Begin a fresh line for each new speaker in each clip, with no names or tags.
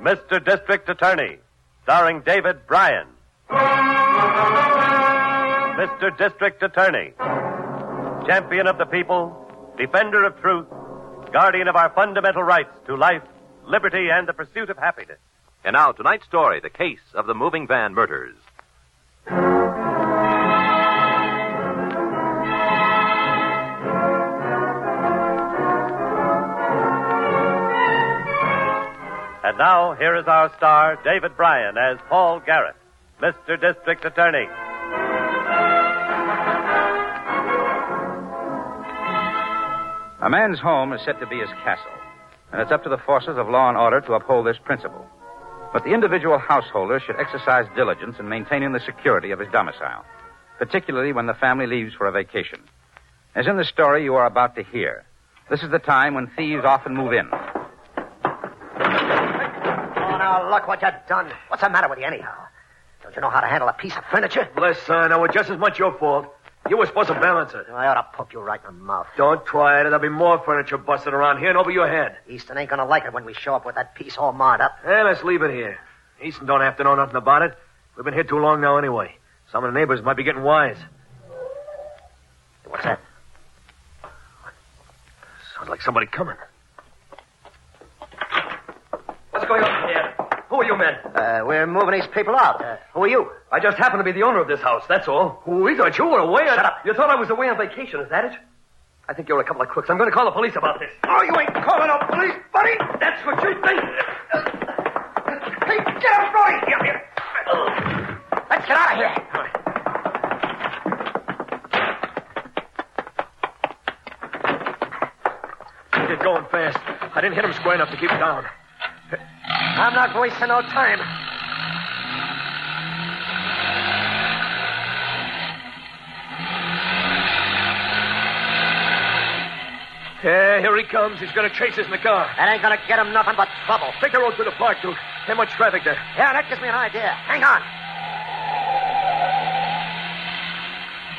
Mr. District Attorney, starring David Bryan. Mr. District Attorney, champion of the people, defender of truth, guardian of our fundamental rights to life, liberty, and the pursuit of happiness.
And now, tonight's story the case of the moving van murders.
And now, here is our star, David Bryan, as Paul Garrett, Mr. District Attorney.
A man's home is said to be his castle, and it's up to the forces of law and order to uphold this principle. But the individual householder should exercise diligence in maintaining the security of his domicile, particularly when the family leaves for a vacation. As in the story you are about to hear, this is the time when thieves often move in.
Oh, now look what you've done. What's the matter with you, anyhow? Don't you know how to handle a piece of furniture?
Bless, I know it's just as much your fault. You were supposed to balance it.
I ought to pop you right in the mouth.
Don't try it. There'll be more furniture busted around here and over your head.
Easton ain't gonna like it when we show up with that piece all marred up.
Eh, let's leave it here. Easton don't have to know nothing about it. We've been here too long now anyway. Some of the neighbors might be getting wise.
What's that?
Sounds like somebody coming. What's going on here? Who are you men?
Uh, we're moving these people out. Uh, who are you?
I just happen to be the owner of this house, that's all. We thought you were away on...
Shut up.
You thought I was away on vacation, is that it? I think you're a couple of crooks. I'm going to call the police about this.
Oh, you ain't calling no police, buddy!
That's what you think.
Hey, get up, Brody! Get here! Let's get out of here!
Get going fast. I didn't hit him square enough to keep down.
I'm not wasting no time.
Yeah, here he comes. He's going to chase us in the car.
That ain't gonna get him nothing but trouble.
Take the road to the park, Duke. How much traffic there?
Yeah, that gives me an idea. Hang on.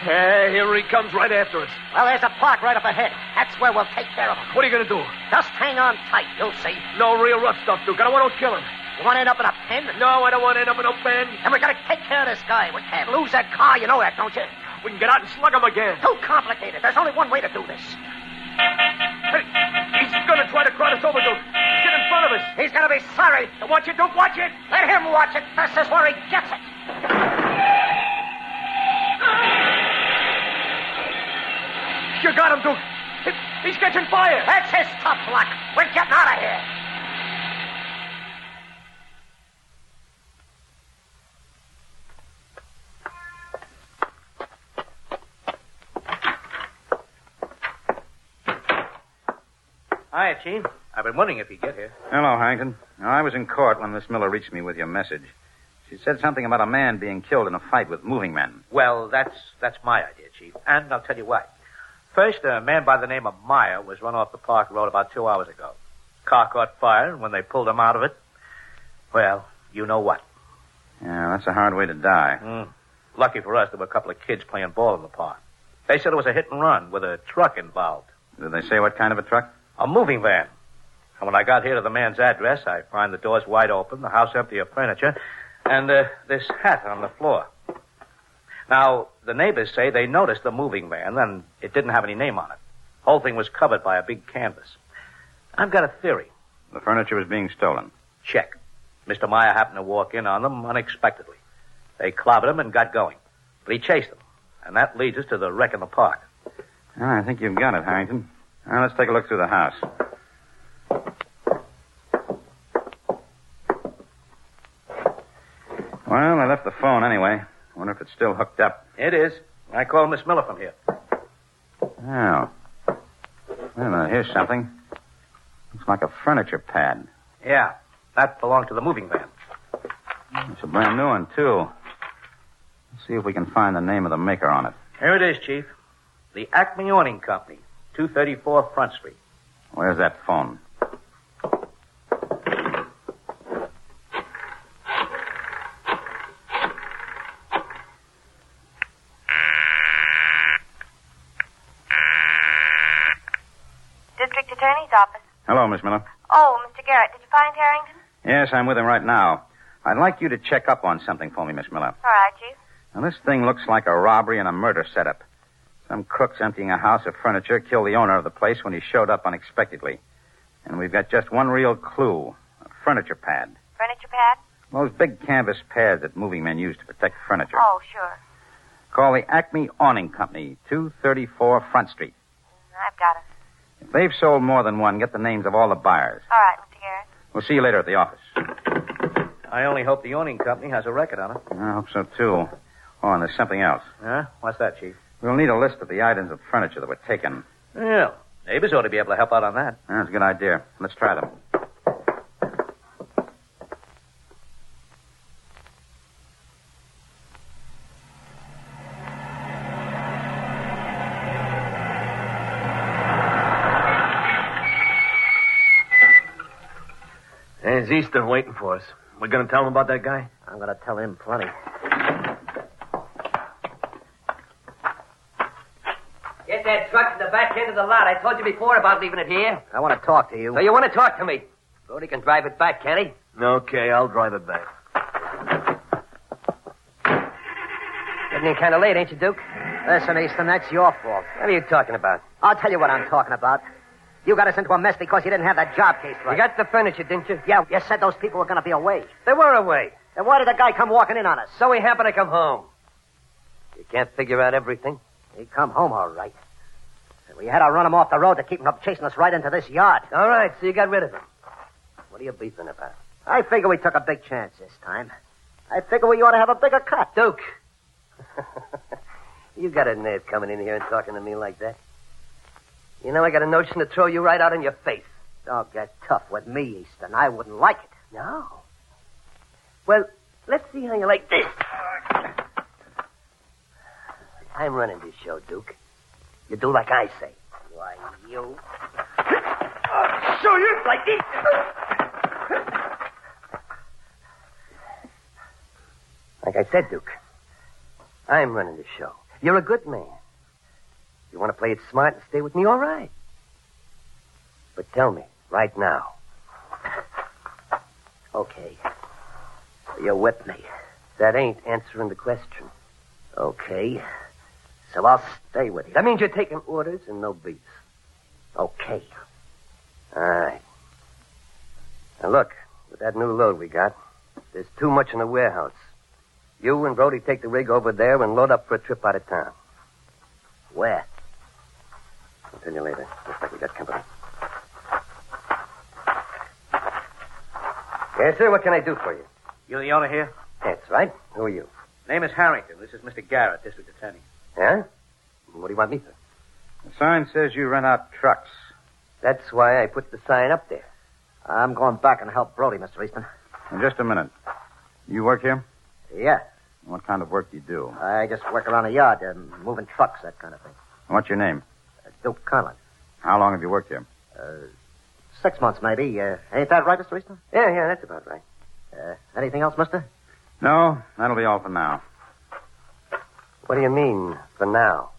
Yeah, here he comes right after us.
Well, there's a park right up ahead. That's where we'll take care of him.
What are you going to do?
Just hang on tight, you'll see.
No real rough stuff, Duke. I don't want to kill him.
You want to end up in a pen?
No, I don't want to end up in no bend.
And we gotta take care of this guy. We can't lose that car, you know that, don't you?
We can get out and slug him again.
Too complicated. There's only one way to do this.
Hey, he's going to try to cross us over, Duke. Get in front of us.
He's gonna be sorry.
Watch it, Duke. Watch it.
Let him watch it. This is where he gets it.
You got him, Duke. He- He's catching fire.
That's his tough luck. We're getting out of here.
Hi, Chief. I've been wondering if you'd get here.
Hello, Hankin. Now, I was in court when Miss Miller reached me with your message. She said something about a man being killed in a fight with moving men.
Well, that's that's my idea, Chief, and I'll tell you why. First, a man by the name of Meyer was run off the park road about two hours ago. Car caught fire, and when they pulled him out of it, well, You know what?
Yeah, that's a hard way to die.
Lucky for us, there were a couple of kids playing ball in the park. They said it was a hit and run with a truck involved,
Did they say what kind of a truck?
a moving van. And when I got here to the man's address, I find the doors wide open, the house empty of furniture, and uh, this hat on the floor. Now, the neighbors say they noticed the moving van, and it didn't have any name on it. Whole thing was covered by a big canvas. I've got a theory.
The furniture was being stolen.
Check. Mr. Meyer happened to walk in on them unexpectedly. They clobbered him and got going. But he chased them. And that leads us to the wreck in the park.
Ah, I think you've got it, Harrington. Now, let's take a look through the house. Well, I left the phone anyway. Wonder if it's still hooked up.
It is. I called Miss Miller from here.
Oh. Wait a minute, here's something. Looks like a furniture pad.
Yeah. That belonged to the moving van.
It's a brand new one, too. Let's see if we can find the name of the maker on it.
Here it is, Chief. The Acme Awning Company, 234 Front Street.
Where's that phone?
District Attorney's office.
Hello, Miss Miller.
Oh, Mr. Garrett, did you find Harrington?
Yes, I'm with him right now. I'd like you to check up on something for me, Miss Miller.
All right, Chief.
Now, this thing looks like a robbery and a murder setup. Some crooks emptying a house of furniture killed the owner of the place when he showed up unexpectedly. And we've got just one real clue a furniture pad.
Furniture pad?
Those big canvas pads that moving men use to protect furniture.
Oh, sure.
Call the Acme Awning Company, 234 Front Street.
I've got it.
If they've sold more than one, get the names of all the buyers.
All right, Mr. Garrett.
We'll see you later at the office.
I only hope the Awning Company has a record on it.
I hope so, too. Oh, and there's something else.
Huh? What's that, Chief?
We'll need a list of the items of furniture that were taken.
Yeah. Neighbors ought to be able to help out on that.
That's a good idea. Let's try them.
There's Easter waiting for us. We're going to tell him about that guy?
I'm going to tell him plenty.
Get that truck to the back end of the lot. I told you before about leaving it here.
I want to talk to you.
So you want to talk to me? Brody can drive it back, can he?
Okay, I'll drive it back.
Getting in kind of late, ain't you, Duke? Listen, Easton, that's your fault. What are you talking about? I'll tell you what I'm talking about. You got us into a mess because you didn't have that job case right. You got the furniture, didn't you? Yeah, you said those people were going to be away. They were away. Then why did the guy come walking in on us? So he happened to come home. You can't figure out everything. He come home all right. We had to run him off the road to keep him from chasing us right into this yard. All right, so you got rid of him. What are you beefing about? I figure we took a big chance this time. I figure we ought to have a bigger cut. Duke, you got a nerve coming in here and talking to me like that. You know, I got a notion to throw you right out in your face. Don't get tough with me, Easton. I wouldn't like it. No. Well, let's see how you like this. I'm running this show, Duke. You do like I say. Why, you. I'll show you like this. Like I said, Duke. I'm running the show. You're a good man. You want to play it smart and stay with me, all right. But tell me, right now. Okay. You're with me. That ain't answering the question. Okay. So I'll stay with you. That means you're taking orders and no beats. Okay. All right. Now look, with that new load we got, there's too much in the warehouse. You and Brody take the rig over there and load up for a trip out of town. Where? I'll tell you later. Looks like we got company. Yes, sir. What can I do for you?
You the owner here?
That's right. Who are you?
Name is Harrington. This is Mr. Garrett, district attorney.
Yeah? What do you want me for?
The sign says you rent out trucks.
That's why I put the sign up there. I'm going back and help Brody, Mr. Easton.
Now, just a minute. You work here?
Yeah.
What kind of work do you do?
I just work around the yard, um, moving trucks, that kind of thing.
What's your name?
Uh, Duke Conlon.
How long have you worked here?
Six months, maybe. Uh, ain't that right, Mr. Easton? Yeah, yeah, that's about right. Uh, Uh, anything else, mister?
No, that'll be all for now.
What do you mean, for now?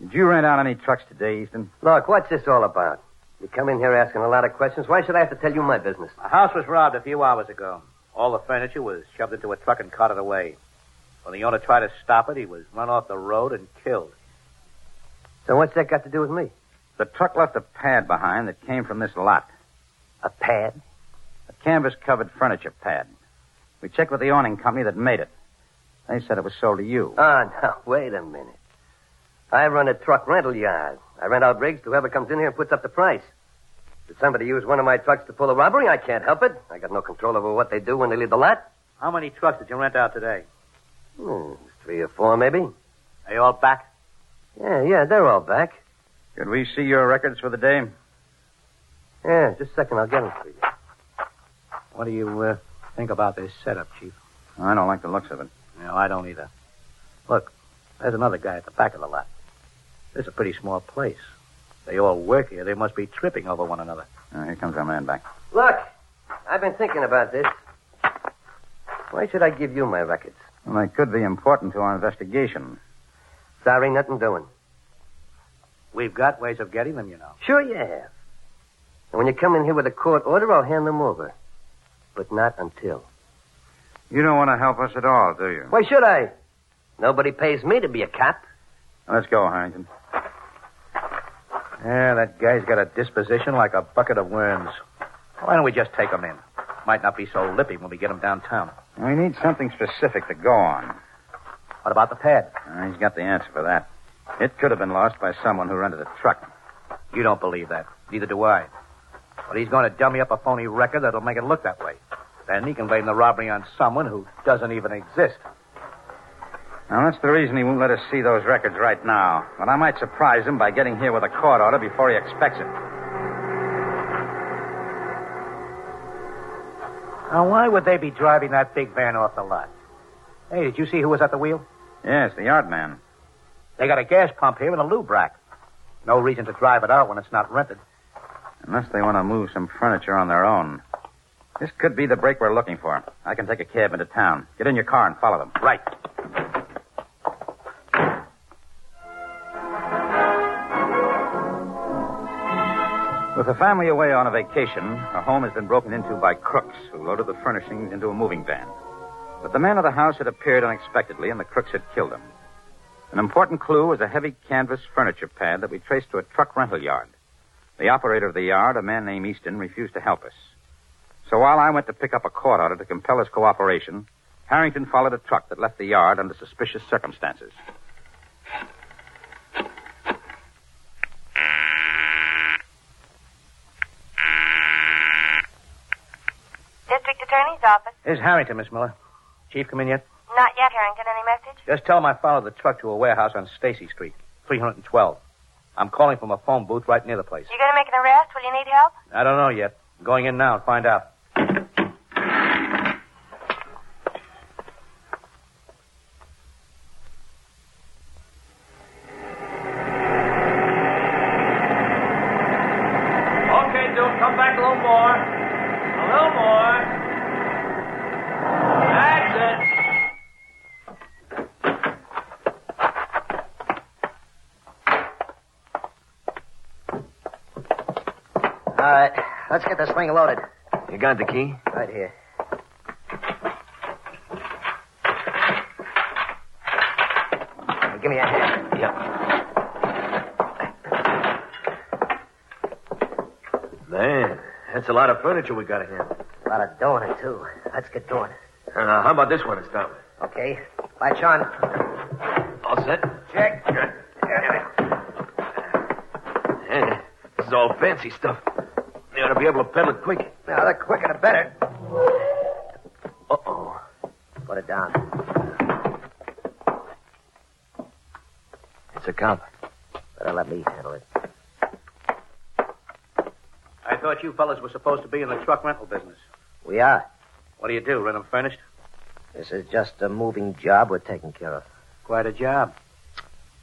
Did you rent out any trucks today, Easton?
Look, what's this all about? You come in here asking a lot of questions. Why should I have to tell you my business?
The house was robbed a few hours ago. All the furniture was shoved into a truck and carted away. When the owner tried to stop it, he was run off the road and killed.
So what's that got to do with me?
The truck left a pad behind that came from this lot,
A pad?
a canvas covered furniture pad. We checked with the awning company that made it. They said it was sold to you.
Ah, now, wait a minute. I run a truck rental yard. I rent out rigs to whoever comes in here and puts up the price. Did somebody use one of my trucks to pull a robbery? I can't help it. I got no control over what they do when they leave the lot.
How many trucks did you rent out today?
Hmm, three or four, maybe.
Are you all back?
Yeah, yeah, they're all back.
Could we see your records for the day?
Yeah, just a second. I'll get them for you.
What do you uh, think about this setup, Chief?
I don't like the looks of it.
No, I don't either. Look, there's another guy at the back of the lot. This is a pretty small place. They all work here. They must be tripping over one another.
Uh, here comes our man back.
Look, I've been thinking about this. Why should I give you my records?
Well, they could be important to our investigation.
Sorry, nothing doing.
We've got ways of getting them, you know.
Sure you have. And when you come in here with a court order, I'll hand them over. But not until.
You don't want to help us at all, do you?
Why should I? Nobody pays me to be a cop.
Let's go, Harrington.
Yeah, that guy's got a disposition like a bucket of worms. Why don't we just take him in? Might not be so lippy when we get him downtown.
We need something specific to go on.
What about the pad?
Uh, he's got the answer for that. It could have been lost by someone who rented a truck.
You don't believe that. Neither do I. But he's going to dummy up a phony record that'll make it look that way. Then he can blame the robbery on someone who doesn't even exist.
Now, that's the reason he won't let us see those records right now. But I might surprise him by getting here with a court order before he expects it.
Now, why would they be driving that big van off the lot? Hey, did you see who was at the wheel?
Yes, the yard man.
They got a gas pump here and a lube rack. No reason to drive it out when it's not rented.
Unless they want to move some furniture on their own. This could be the break we're looking for. I can take a cab into town. Get in your car and follow them.
Right.
With the family away on a vacation, a home has been broken into by crooks who loaded the furnishings into a moving van. But the man of the house had appeared unexpectedly, and the crooks had killed him. An important clue was a heavy canvas furniture pad that we traced to a truck rental yard. The operator of the yard, a man named Easton, refused to help us. So while I went to pick up a court order to compel his cooperation, Harrington followed a truck that left the yard under suspicious circumstances.
District Attorney's Office.
Here's Harrington, Miss Miller. Chief, come in yet?
Not yet, Harrington. Any message?
Just tell him I followed the truck to a warehouse on Stacy Street, 312. I'm calling from a phone booth right near the place.
You gonna make an arrest? Will you need help?
I don't know yet. I'm going in now and find out.
Okay, Duke, come back a little more. A little more. That's it.
All right, let's get this thing loaded.
You got the key?
Right here. Now, Give me a hand.
Man, that's a lot of furniture we got here.
A lot of dough in it, too. Let's get doing it.
Uh, how about this one to start with?
Okay. Bye, John.
All set?
Check.
Yeah, this is all fancy stuff. You ought to be able to peddle it quick.
Now, the quicker the better.
Uh-oh.
Put it down.
It's a cop.
Better let me handle it.
I thought you fellas were supposed to be in the truck rental business.
We are.
What do you do? Rent them furnished?
This is just a moving job we're taking care of.
Quite a job.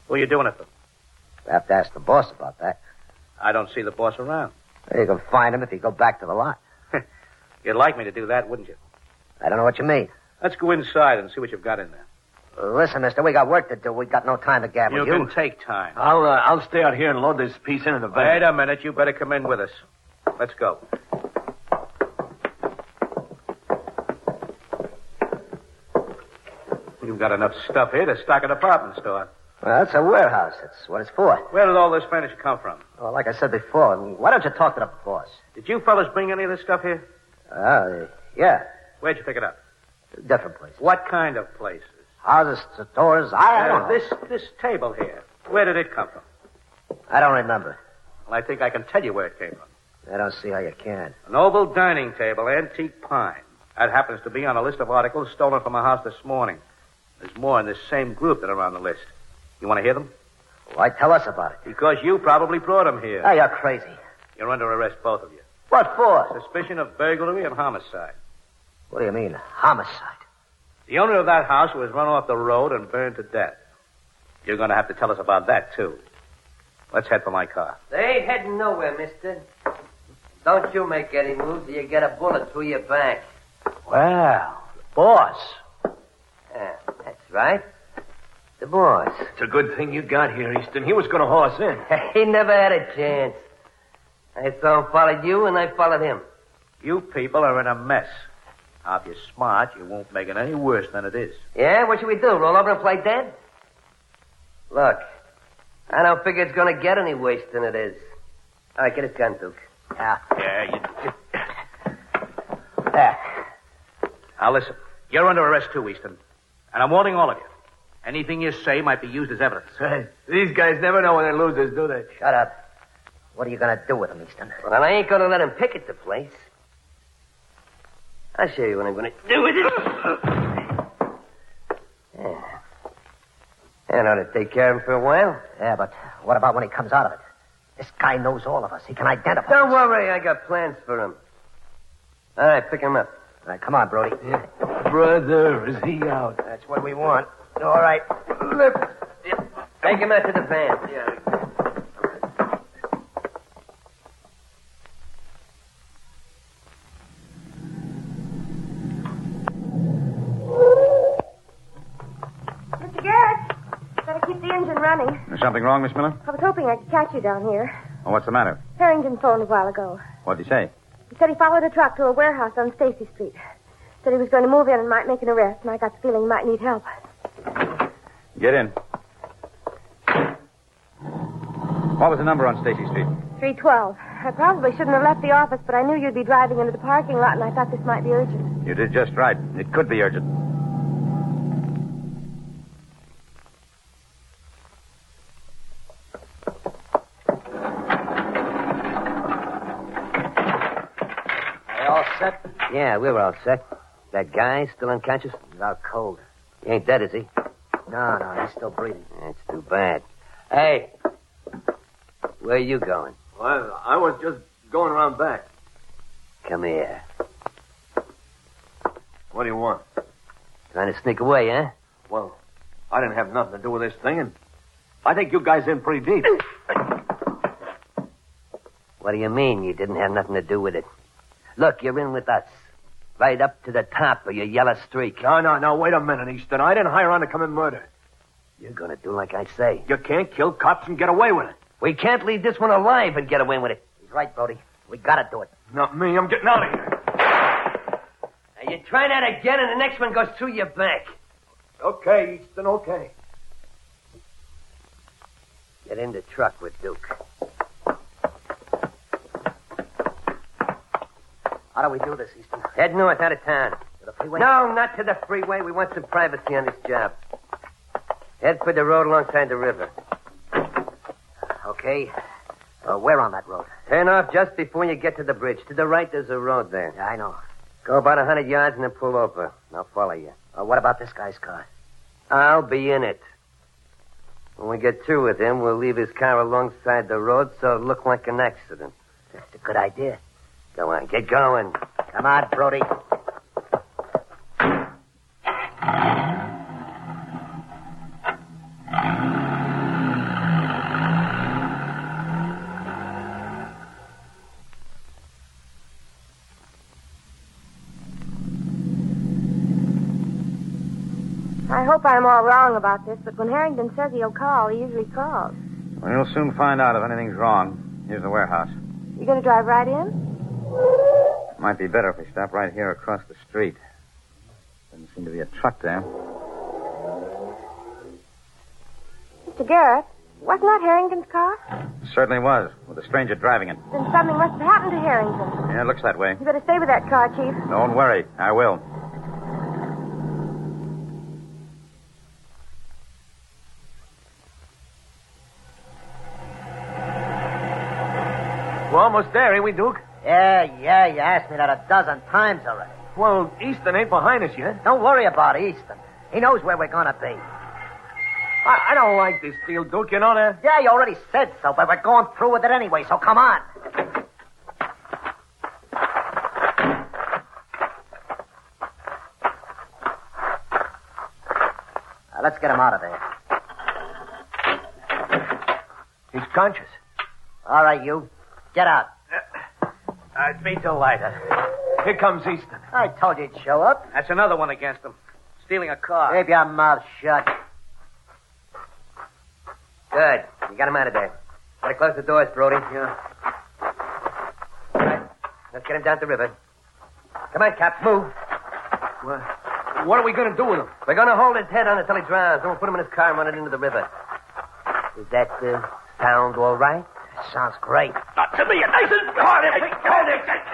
Who are you doing it for?
We'll have to ask the boss about that.
I don't see the boss around.
You can find him if you go back to the lot.
You'd like me to do that, wouldn't you?
I don't know what you mean.
Let's go inside and see what you've got in there.
Listen, mister, we got work to do. We got no time to gab
You
with you.
can take time.
I'll uh, I'll stay out here and load this piece in in the van.
Wait a minute. You better come in with us. Let's go. You've got enough stuff here to stock a department store.
Well, it's a warehouse. That's what it's for.
Where did all this furniture come from?
Well, like I said before, why don't you talk to the boss?
Did you fellas bring any of this stuff here?
Uh, yeah,
Where'd you pick it up?
different place.
What kind of places?
Houses, stores, I, I don't
Uh,
know.
this this table here. Where did it come from?
I don't remember.
Well, I think I can tell you where it came from.
I don't see how you can.
An oval dining table, antique pine. That happens to be on a list of articles stolen from a house this morning. There's more in this same group that are on the list. You want to hear them?
Why tell us about it?
Because you probably brought them here.
Oh, you're crazy.
You're under arrest, both of you.
What for?
Suspicion of burglary and homicide.
What do you mean, homicide?
The owner of that house was run off the road and burned to death. You're going to have to tell us about that, too. Let's head for my car.
They ain't heading nowhere, mister. Don't you make any moves or you get a bullet through your back.
Well, boss.
Yeah, that's right. The boss.
It's a good thing you got here, Easton. He was going to horse in.
he never had a chance. I thought followed you and I followed him.
You people are in a mess. Now, if you're smart, you won't make it any worse than it is.
Yeah, what should we do? Roll over and play dead? Look, I don't figure it's gonna get any worse than it is. All right, get his gun, Duke. Yeah.
Yeah, you.
There.
Now, listen. You're under arrest, too, Easton. And I'm warning all of you. Anything you say might be used as evidence.
These guys never know when they're losers, do they?
Shut up. What are you going to do with him, Easton? Well, I ain't going to let him picket the place. I'll show you what I'm going to do with it. yeah. And ought to take care of him for a while. Yeah, but what about when he comes out of it? This guy knows all of us. He can identify Don't worry. I got plans for him. All right, pick him up. All right, come on, Brody.
Brother, is he out?
That's what we want. All right. Take him out to the van. Yeah.
Mr. Garrett, gotta keep the engine running.
Is something wrong, Miss Miller?
I was hoping I could catch you down here.
Well, what's the matter?
Harrington phoned a while ago.
What'd he say?
He said he followed a truck to a warehouse on Stacy Street. Said he was going to move in and might make an arrest, and I got the feeling he might need help.
Get in. What was the number on Stacy Street?
312. I probably shouldn't have left the office, but I knew you'd be driving into the parking lot, and I thought this might be urgent.
You did just right. It could be urgent.
all set? Yeah, we were all set. That guy still unconscious? He's out cold. He ain't dead, is he? No, no, he's still breathing. That's too bad. Hey, where you going?
Well, I was just going around back.
Come here.
What do you want?
Trying to sneak away, huh?
Well, I didn't have nothing to do with this thing, and I think you guys in pretty deep.
What do you mean you didn't have nothing to do with it? Look, you're in with us. Right up to the top of your yellow streak.
No, no, no. Wait a minute, Easton. I didn't hire on to come and murder.
You're gonna do like I say.
You can't kill cops and get away with it.
We can't leave this one alive and get away with it. He's right, Brody. We gotta do it.
Not me. I'm getting out of here.
Now, you try that again, and the next one goes through your back.
Okay, Easton. Okay.
Get in the truck with Duke. How do we do this, Easton? Head north, out of town. To the freeway? No, not to the freeway. We want some privacy on this job. Head for the road alongside the river. Okay. Uh, where on that road? Turn off just before you get to the bridge. To the right, there's a road there. I know. Go about a hundred yards and then pull over. I'll follow you. Uh, what about this guy's car? I'll be in it. When we get through with him, we'll leave his car alongside the road so it'll look like an accident. That's a good idea. Go on, get going. Come on, Brody.
I hope I'm all wrong about this, but when Harrington says he'll call, he usually calls.
Well, you'll soon find out if anything's wrong. Here's the warehouse.
You gonna drive right in?
Might be better if we stop right here across the street. Doesn't seem to be a truck there.
Mr. Garrett, wasn't that Harrington's car?
Certainly was, with a stranger driving it.
Then something must have happened to Harrington.
Yeah, it looks that way.
You better stay with that car, Chief.
Don't worry, I will.
We're almost there, ain't we, Duke?
Yeah, yeah, you asked me that a dozen times already.
Well, Easton ain't behind us yet.
Don't worry about Easton. He knows where we're gonna be.
I, I don't like this deal, Duke. You know that?
Yeah, you already said so, but we're going through with it anyway, so come on. Now, Uh, let's get him out of there.
He's conscious.
All right, you. Get out.
Uh,
I'd be delighted. Here comes Easton.
I told you he'd show up.
That's another one against him. Stealing a car.
Keep your mouth shut. Good. You got him out of there. Gotta close the doors, Brody. Yeah. All right. Let's get him down to the river. Come on, Cap. Move.
What, what are we going to do with him?
We're gonna hold his head on until he drowns. Then we'll put him in his car and run it into the river. Is that uh, sound all right? Sounds great.
Not to me. Nice and hard.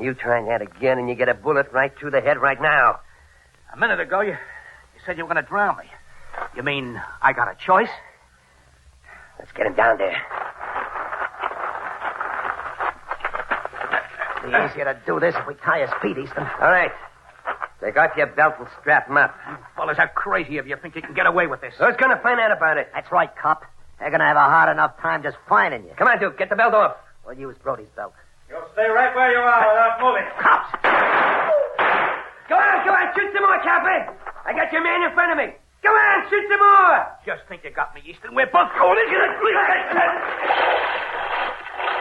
You try that again, and you get a bullet right through the head right now.
A minute ago, you, you said you were going to drown me. You mean I got a choice?
Let's get him down there. It'd be easier to do this if we tie his feet, Easton. All right. Take off your belt and strap him up.
Fellas, how crazy of you think you can get away with this?
Who's going to find out about it? That's right, cop. They're going to have a hard enough time just finding you. Come on, Duke. Get the belt off. We'll use Brody's belt.
You'll stay right where you are without moving.
Cops!
Go on, go on. Shoot some more, Captain. I got your man in front of me. Go on, shoot some more.
Just think you got me, Easton. We're both going into the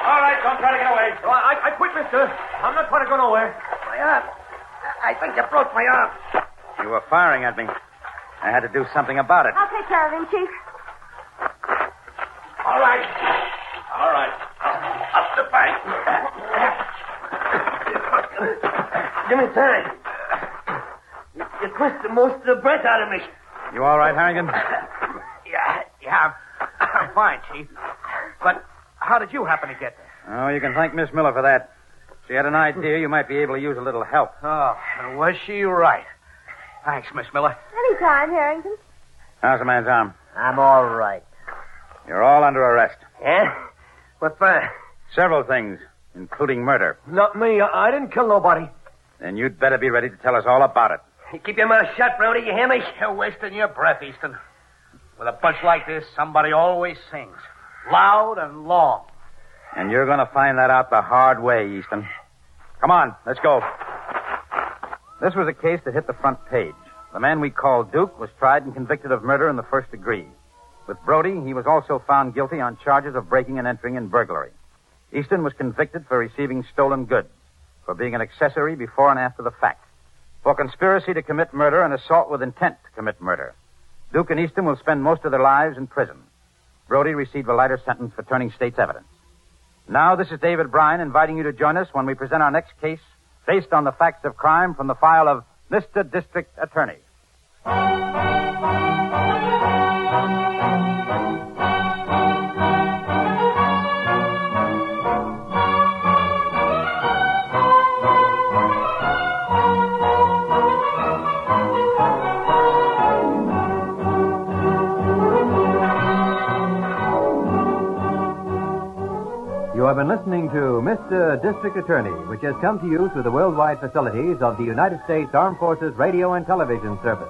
All right, don't try to get away.
Oh, I, I quit, mister. I'm not trying to go nowhere.
My arm. I I think you broke my arm.
You were firing at me. I had to do something about it.
I'll take care of him, Chief.
All right. All right. Up the bank.
Give me time. You, you twisted most of the breath out of me.
You all right, Harrigan?
Yeah, yeah, I'm, I'm fine, Chief. But how did you happen to get there?
Oh, you can thank Miss Miller for that. She had an idea you might be able to use a little help.
Oh, was she right? Thanks, Miss Miller.
Anytime, Harrington.
How's the man's arm?
I'm all right.
You're all under arrest.
Yeah? What
uh,
for?
Several things, including murder.
Not me. I, I didn't kill nobody.
And you'd better be ready to tell us all about it.
Keep your mouth shut, Brody. You hear me?
You're wasting your breath, Easton. With a bunch like this, somebody always sings. Loud and long.
And you're going to find that out the hard way, Easton. Come on, let's go. This was a case that hit the front page. The man we call Duke was tried and convicted of murder in the first degree. With Brody, he was also found guilty on charges of breaking and entering and burglary. Easton was convicted for receiving stolen goods, for being an accessory before and after the fact, for conspiracy to commit murder and assault with intent to commit murder. Duke and Easton will spend most of their lives in prison. Brody received a lighter sentence for turning state's evidence. Now, this is David Bryan inviting you to join us when we present our next case based on the facts of crime from the file of Mr. District Attorney.
You have been listening to Mr. District Attorney, which has come to you through the worldwide facilities of the United States Armed Forces Radio and Television Service.